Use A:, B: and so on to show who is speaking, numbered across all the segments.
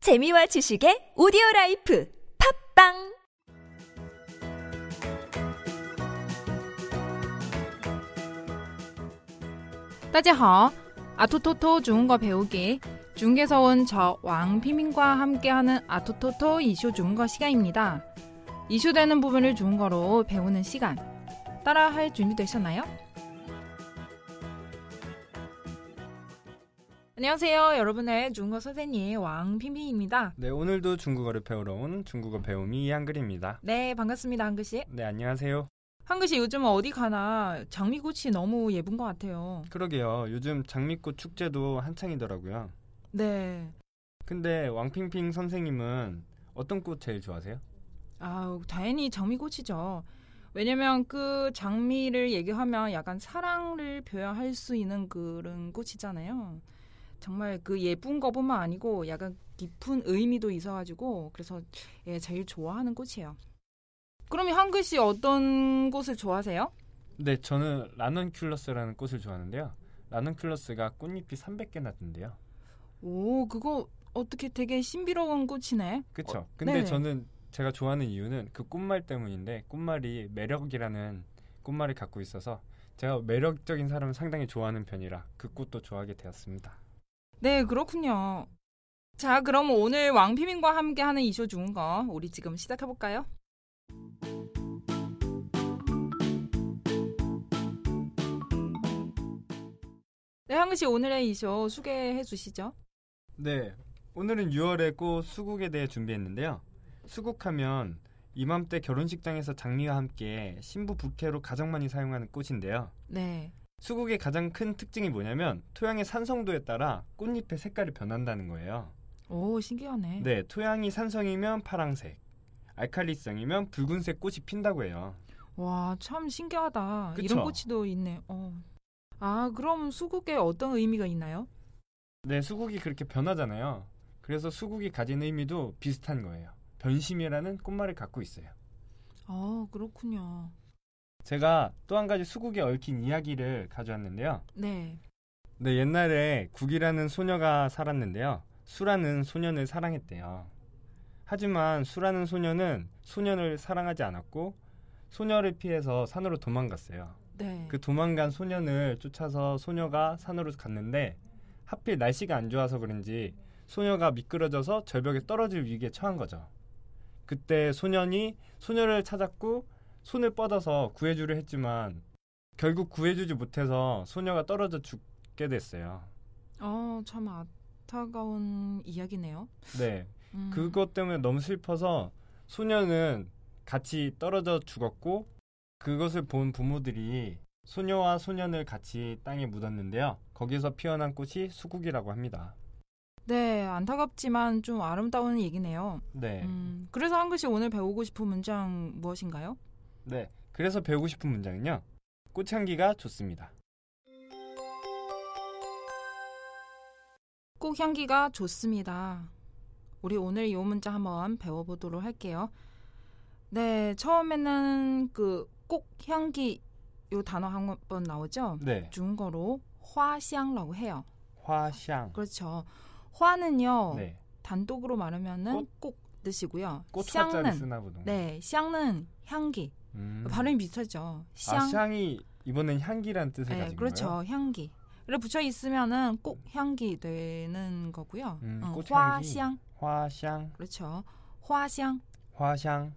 A: 재미와 지식의 오디오 라이프 팝빵
B: 따지하 아토토토 중국어 배우기 중국에서 온 저 왕피민과 함께하는 아토토토 이슈 중국어 시간입니다. 이슈되는 부분을 중국어로 배우는 시간 따라할 준비되셨나요? 안녕하세요. 여러분의 중국어 선생님 왕피민입니다.
C: 네, 오늘도 중국어를 배우러 온 중국어 배움이 한글입니다.
B: 네, 반갑습니다. 한글씨.
C: 네, 안녕하세요.
B: 한글씨 요즘 어디 가나 장미꽃이 너무 예쁜 것 같아요.
C: 그러게요. 요즘 장미꽃 축제도 한창이더라고요.
B: 네.
C: 근데 왕핑핑 선생님은 어떤 꽃 제일 좋아하세요?
B: 아, 당연히 장미꽃이죠. 왜냐면 그 장미를 얘기하면 약간 사랑을 표현할 수 있는 그런 꽃이잖아요. 정말 그 예쁜 거뿐만 아니고 약간 깊은 의미도 있어가지고 그래서 예, 제일 좋아하는 꽃이에요. 그럼 한글 씨 어떤 꽃을 좋아하세요?
C: 네, 저는 라넌큘러스라는 꽃을 좋아하는데요. 라넌큘러스가 꽃잎이 300개나 된대요.
B: 오, 그거 어떻게 되게 신비로운 꽃이네.
C: 그쵸?
B: 어,
C: 근데
B: 네네.
C: 저는 제가 좋아하는 이유는 그 꽃말 때문인데 꽃말이 매력이라는 꽃말을 갖고 있어서 제가 매력적인 사람을 상당히 좋아하는 편이라 그 꽃도 좋아하게 되었습니다.
B: 네, 그렇군요. 자, 그럼 오늘 왕피민과 함께하는 이슈 중거 우리 지금 시작해볼까요? 네, 한글 씨 오늘의 이슈 소개해 주시죠.
C: 네, 오늘은 6월의 꽃 수국에 대해 준비했는데요. 수국하면 이맘때 결혼식장에서 장미와 함께 신부 부케로 가장 많이 사용하는 꽃인데요.
B: 네.
C: 수국의 가장 큰 특징이 뭐냐면 토양의 산성도에 따라 꽃잎의 색깔이 변한다는 거예요.
B: 오, 신기하네.
C: 네, 토양이 산성이면 파랑색, 알칼리성이면 붉은색 꽃이 핀다고 해요.
B: 와, 참 신기하다.
C: 그쵸?
B: 이런 꽃이도 있네. 어. 아, 그럼 수국에 어떤 의미가 있나요?
C: 네, 수국이 그렇게 변하잖아요. 그래서 수국이 가진 의미도 비슷한 거예요. 변심이라는 꽃말을 갖고 있어요.
B: 어, 그렇군요.
C: 제가 또 한 가지 수국에 얽힌 이야기를 가져왔는데요.
B: 네.
C: 네, 옛날에 국이라는 소녀가 살았는데요. 수라는 소년을 사랑했대요. 하지만 수라는 소년은 소년을 사랑하지 않았고 소녀를 피해서 산으로 도망갔어요.
B: 네.
C: 그 도망간 소년을 쫓아서 소녀가 산으로 갔는데 하필 날씨가 안 좋아서 그런지 소녀가 미끄러져서 절벽에 떨어질 위기에 처한 거죠. 그때 소년이 소녀를 찾았고 손을 뻗어서 구해주려 했지만 결국 구해주지 못해서 소녀가 떨어져 죽게 됐어요.
B: 어, 참 안타까운 이야기네요.
C: 네.
B: 음.
C: 그것 때문에 너무 슬퍼서 소녀는 같이 떨어져 죽었고 그것을 본 부모들이 소녀와 소년을 같이 땅에 묻었는데요. 거기서 피어난 꽃이 수국이라고 합니다.
B: 네, 안타깝지만 좀 아름다운 얘기네요.
C: 네.
B: 음, 그래서 한글씨 오늘 배우고 싶은 문장 무엇인가요?
C: 네. 그래서 배우고 싶은 문장은요. 꽃향기가 좋습니다.
B: 꽃 향기가 좋습니다. 우리 오늘 이 문장 한번 배워보도록 할게요. 네, 처음에는 그 꽃 향기 요 단어 한 번 나오죠?
C: 네.
B: 중국어로 화향라고 해요.
C: 화향.
B: 그렇죠. 화는요
C: 네.
B: 단독으로 말하면은 꽃 뜻이고요.
C: 꽃 화자를
B: 향은
C: 쓰나 보다.
B: 네, 향은 향기.
C: 음.
B: 발음이 비슷하죠.
C: 아, 향이 이번엔 향기란 뜻을
B: 네,
C: 가진
B: 그렇죠.
C: 거예요.
B: 향기를 붙여 있으면은 꼭 향기 되는 거고요.
C: 음,
B: 어,
C: 꽃향기.
B: 화향
C: 화향.
B: 그렇죠. 화향.
C: 화향.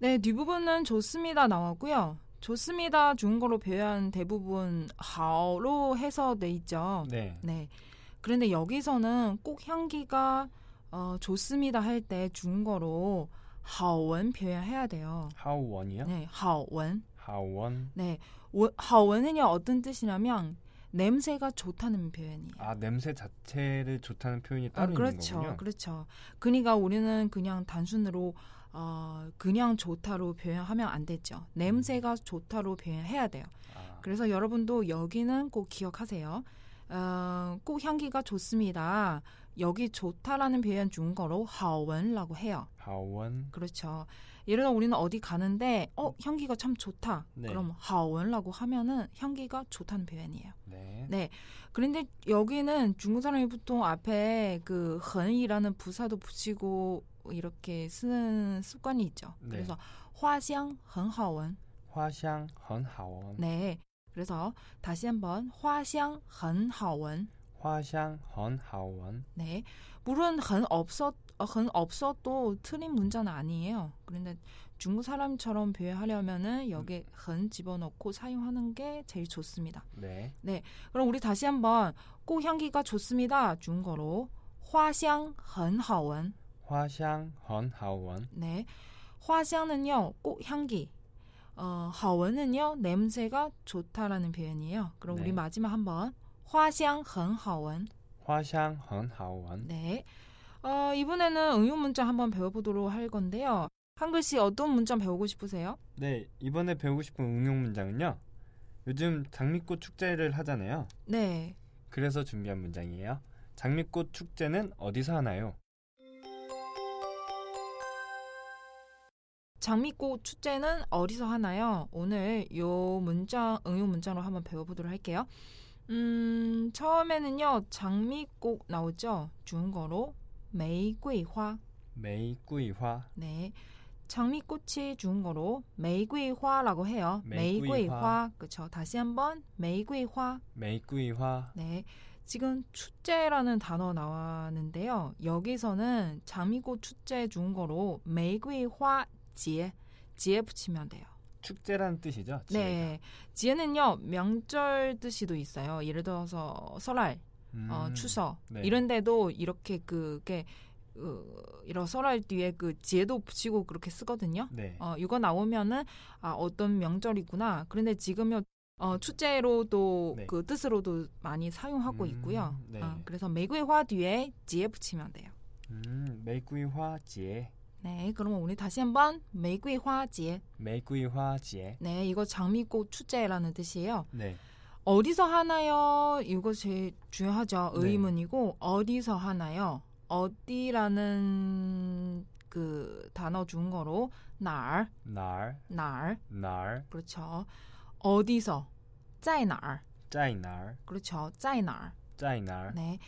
B: 네 뒷부분은 좋습니다 나왔고요. 좋습니다 중국어로 표현 대부분 하오로 해서 돼 있죠.
C: 네.
B: 네. 그런데 여기서는 꼭 향기가 어, 좋습니다 할 때 중국어로 하원 표현해야 돼요.
C: 하원이요?
B: 네, 하원.
C: 하원.
B: 네, 원- 하원은요 어떤 뜻이냐면 냄새가 좋다는 표현이에요.
C: 아 냄새 자체를 좋다는 표현이
B: 아,
C: 따로
B: 그렇죠,
C: 있는 거군요.
B: 그렇죠. 그러니까 우리는 그냥 단순으로 어, 그냥 좋다로 표현하면 안 되죠.
C: 음.
B: 냄새가 좋다로 표현해야 돼요.
C: 아,
B: 그래서 여러분도 여기는 꼭 기억하세요. 어, 꼭 향기가 좋습니다. 여기 좋다라는 표현 중국어로 하원라고 해요.
C: 하원
B: 그렇죠. 예를 들어 우리는 어디 가는데 어 향기가 참 좋다.
C: 음. 네.
B: 그럼 하원라고 하면은 향기가 좋다는 표현이에요.
C: 네.
B: 네. 그런데 여기는 중국 사람이 보통 앞에 그 헌이라는 부사도 붙이고 이렇게 쓰는 습관이 있죠.
C: 네.
B: 그래서 화香 헌하원.
C: 화샹 헌하원
B: 네. 그래서 다시 한번 화香 헌하원.
C: 화샹 헌하원
B: 네. 물론 헌 없어 어, 헌 없어도 틀린 문자는 아니에요. 그런데 중국 사람처럼 표현하려면은 여기 헌 집어넣고 사용하는 게 제일 좋습니다.
C: 네.
B: 그럼 우리 다시 한번 꽃향기가 좋습니다. 중국어로 화향 很好闻.
C: 화샹 헌하원
B: 네. 화향은요. 꽃향기. 어, 好闻은요. 냄새가 좋다라는 표현이에요. 그럼
C: 네.
B: 우리 마지막 한번 화향 很好闻.
C: 화샹 헌하원
B: 네. 어, 이번에는 응용 문자 한번 배워보도록 할 건데요. 한글씨 어떤 문자 배우고 싶으세요?
C: 네, 이번에 배우고 싶은 응용 문장은요. 요즘 장미꽃 축제를 하잖아요.
B: 네.
C: 그래서 준비한 문장이에요. 장미꽃 축제는 어디서 하나요?
B: 장미꽃 축제는 어디서 하나요? 오늘 요 문장 응용 문장으로 한번 배워보도록 할게요. 음 처음에는요 장미꽃 나오죠 중국어로 메이구이화
C: 메이꾸이화.
B: 네 장미꽃이 중국어로 메이구이화라고 해요
C: 메이구이화.
B: 메이구이화 그쵸 다시 한번 메이구이화
C: 메이꾸이화.
B: 네 지금 축제라는 단어 나왔는데요 여기서는 장미꽃 축제 중국어로 메이구이화 지에 지에 붙이면 돼요.
C: 축제라는 뜻이죠? 지혜가.
B: 네. 지혜는요, 명절 뜻이도 있어요. 예를 들어서 설날,
C: 음,
B: 어, 추석
C: 네.
B: 이런 데도 이렇게 그게 어, 이런 설날 뒤에 그 지혜도 붙이고 그렇게 쓰거든요.
C: 네.
B: 어, 이거 나오면은 아, 어떤 명절이구나. 그런데 지금요 어, 축제로도
C: 네.
B: 그 뜻으로도 많이 사용하고
C: 음,
B: 있고요.
C: 네.
B: 어, 그래서玫瑰화 뒤에 지혜 붙이면 돼요.
C: 음, 메이꾸이화 지혜.
B: 네, 그러면 우리 다시 한번玫瑰화 지혜.
C: 메이꾸이화 지혜.
B: 네, 이거 장미꽃 축제라는 뜻이에요.
C: 네.
B: 어디서 하나요? 이거 제일 중요하죠.
C: 네.
B: 의문이고 어디서 하나요? 어디라는 그 단어 중거로 날,
C: 날,
B: 날
C: 날,
B: 그렇죠. 어디서, 在哪儿
C: 짜이 날,
B: 그렇죠. 在哪儿
C: 짜이 날.
B: 네,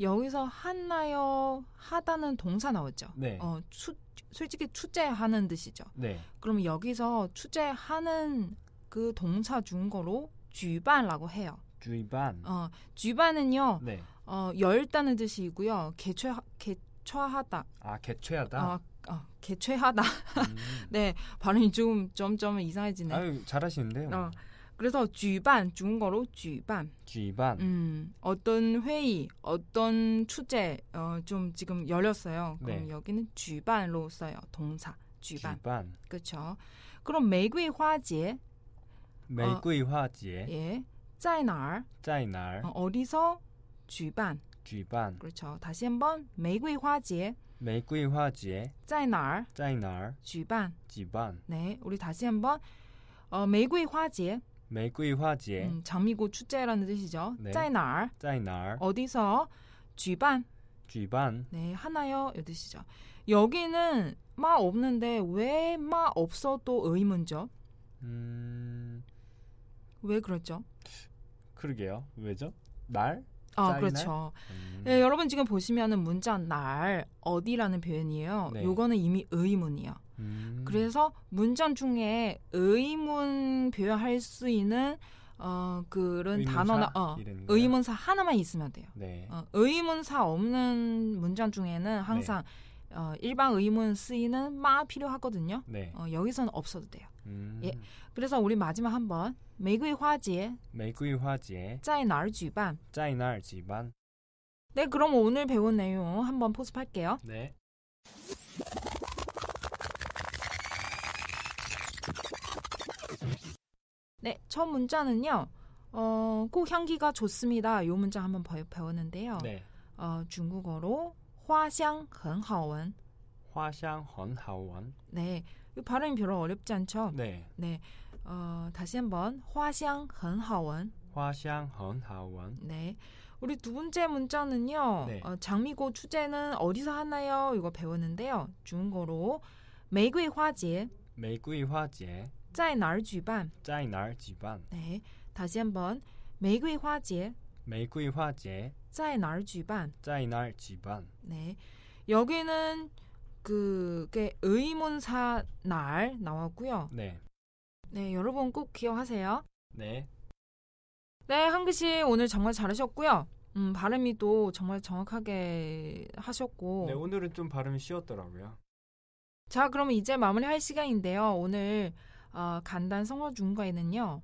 B: 여기서 하나요 하다는 동사 나오죠.
C: 네.
B: 어, 추, 솔직히 추제하는 뜻이죠.
C: 네.
B: 그럼 여기서 추제하는 그 동사 중거로 주반이라고 해요.
C: 주이반.
B: 어, 주반은요.
C: 네.
B: 어, 열다는 뜻이고요. 개최 개최하다.
C: 아, 개최하다.
B: 아, 아, 개최하다.
C: 음.
B: 네, 발음이 좀 점점 이상해지네. 요
C: 아유, 잘하시는데요.
B: 어, 그래서 주반 중국어로 주반.
C: 주이반.
B: 음, 어떤 회의, 어떤 축제 어, 좀 지금 열렸어요. 그럼
C: 네.
B: 여기는 주반로 써요. 동사 주반.
C: 주이반.
B: 그렇죠. 그럼玫瑰 화제
C: 메이꾸이화 지혜.
B: 예. 在哪儿?
C: 짜이 날,
B: 어, 어디서 주반.
C: 주이반.
B: 그렇죠. 다시 한번玫瑰 화제
C: 玫瑰花节
B: 在哪儿?
C: 在哪儿
B: 주반.
C: 举办？
B: 네, 우리 다시 한번 어,玫瑰 화제,
C: 玫瑰花节
B: 음, 장미꽃 축제라는 뜻이죠.
C: 예. 네.
B: 在哪儿?
C: 在哪儿
B: 어디서? 举办.
C: 举办？
B: 네, 하나요. 이 뜻이죠. 여기는 마 없는데 왜 마 없어도 의문죠?
C: 음,
B: 왜 그렇죠?
C: 그러게요. 왜죠? 날?
B: 아,
C: 짜이날?
B: 그렇죠.
C: 음,
B: 네, 여러분 지금 보시면은 문자 날 어디라는 표현이에요.
C: 네.
B: 요거는 이미 의문이에요.
C: 음,
B: 그래서 문장 중에 의문 표현할 수 있는 어 그런
C: 의문사
B: 단어나 어,
C: 이런 네. 거요?
B: 의문사 하나만 있으면 돼요.
C: 네.
B: 어, 의문사 없는 문장 중에는 항상 어, 일반 의문 쓰이는 마 필요하거든요.
C: 네.
B: 어, 여기서는 없어도 돼요.
C: 음,
B: 예. 그래서 우리 마지막 한번玫瑰 화제
C: 玫瑰花节
B: 在哪儿举办?
C: 在哪儿举办？
B: 네, 그럼 오늘 배운 내용 한번 포습할게요.
C: 네.
B: 네, 첫 문자는요. 어, 꼭 향기가 좋습니다. 요 문장 한번 배- 배웠는데요.
C: 네.
B: 어, 중국어로 화향 很好闻.
C: 花香很好闻
B: 네, 이 발음이 별로 어렵지 않죠?
C: 네.
B: 네, 어, 다시 한번 화향 很好闻.
C: 花香很好闻
B: 네, 우리 두 번째 문자는요.
C: 네.
B: 어, 장미고 축제는 어디서 하나요? 이거 배웠는데요. 중국어로玫瑰 화제
C: 메이구이 화제
B: 在哪儿举办?
C: 짜이날 집안
B: 네. 다시 한번玫瑰 화제
C: 메이구이 화제
B: 在哪儿举办?
C: 짜이날 집안
B: 네. 여기는 그게 의문사 날 나왔고요.
C: 네.
B: 네, 여러분 꼭 기억하세요.
C: 네.
B: 네, 한글 씨 오늘 정말 잘하셨고요. 음, 발음이 또 정말 정확하게 하셨고.
C: 네, 오늘은 좀 발음이 쉬웠더라고요.
B: 자, 그럼 이제 마무리할 시간인데요. 오늘 어, 간단 성어 중과에는요.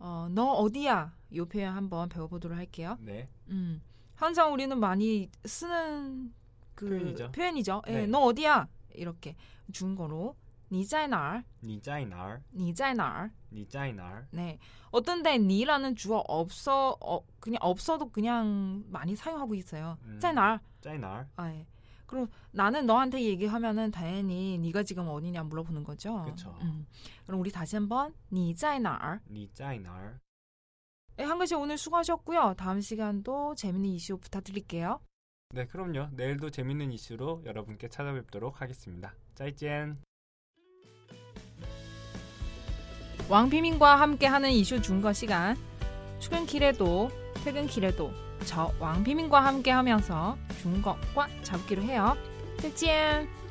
B: 어, 너 어디야? 이 표현 한번 배워보도록 할게요.
C: 네.
B: 음, 항상 우리는 많이 쓰는 그
C: 표현이죠.
B: 표현이죠. 예,
C: 네.
B: 너 어디야? 이렇게 중국어로 니자이날,
C: 니 짜이날
B: 니자이날.
C: 니 짜이날
B: 네, 어떤 데 니라는 주어 없어 어, 그냥 없어도 그냥 많이 사용하고 있어요.
C: 음.
B: 자이날.
C: 짜이날
B: 아, 예. 그럼 나는 너한테 얘기하면은 당연히 네가 지금 어디냐 물어보는 거죠.
C: 그쵸.
B: 음. 그럼 우리 다시 한번 니자이날.
C: 니 짜이날
B: 예, 한글씨 오늘 수고하셨고요. 다음 시간도 재밌는 이슈 부탁드릴게요.
C: 네, 그럼요. 내일도 재밌는 이슈로 여러분께 찾아뵙도록 하겠습니다. 짜이젠
B: 왕피민과 함께하는 이슈 중거 시간 출근길에도 퇴근길에도 저 왕피민과 함께하면서 중거과 잡기로 해요. 再见。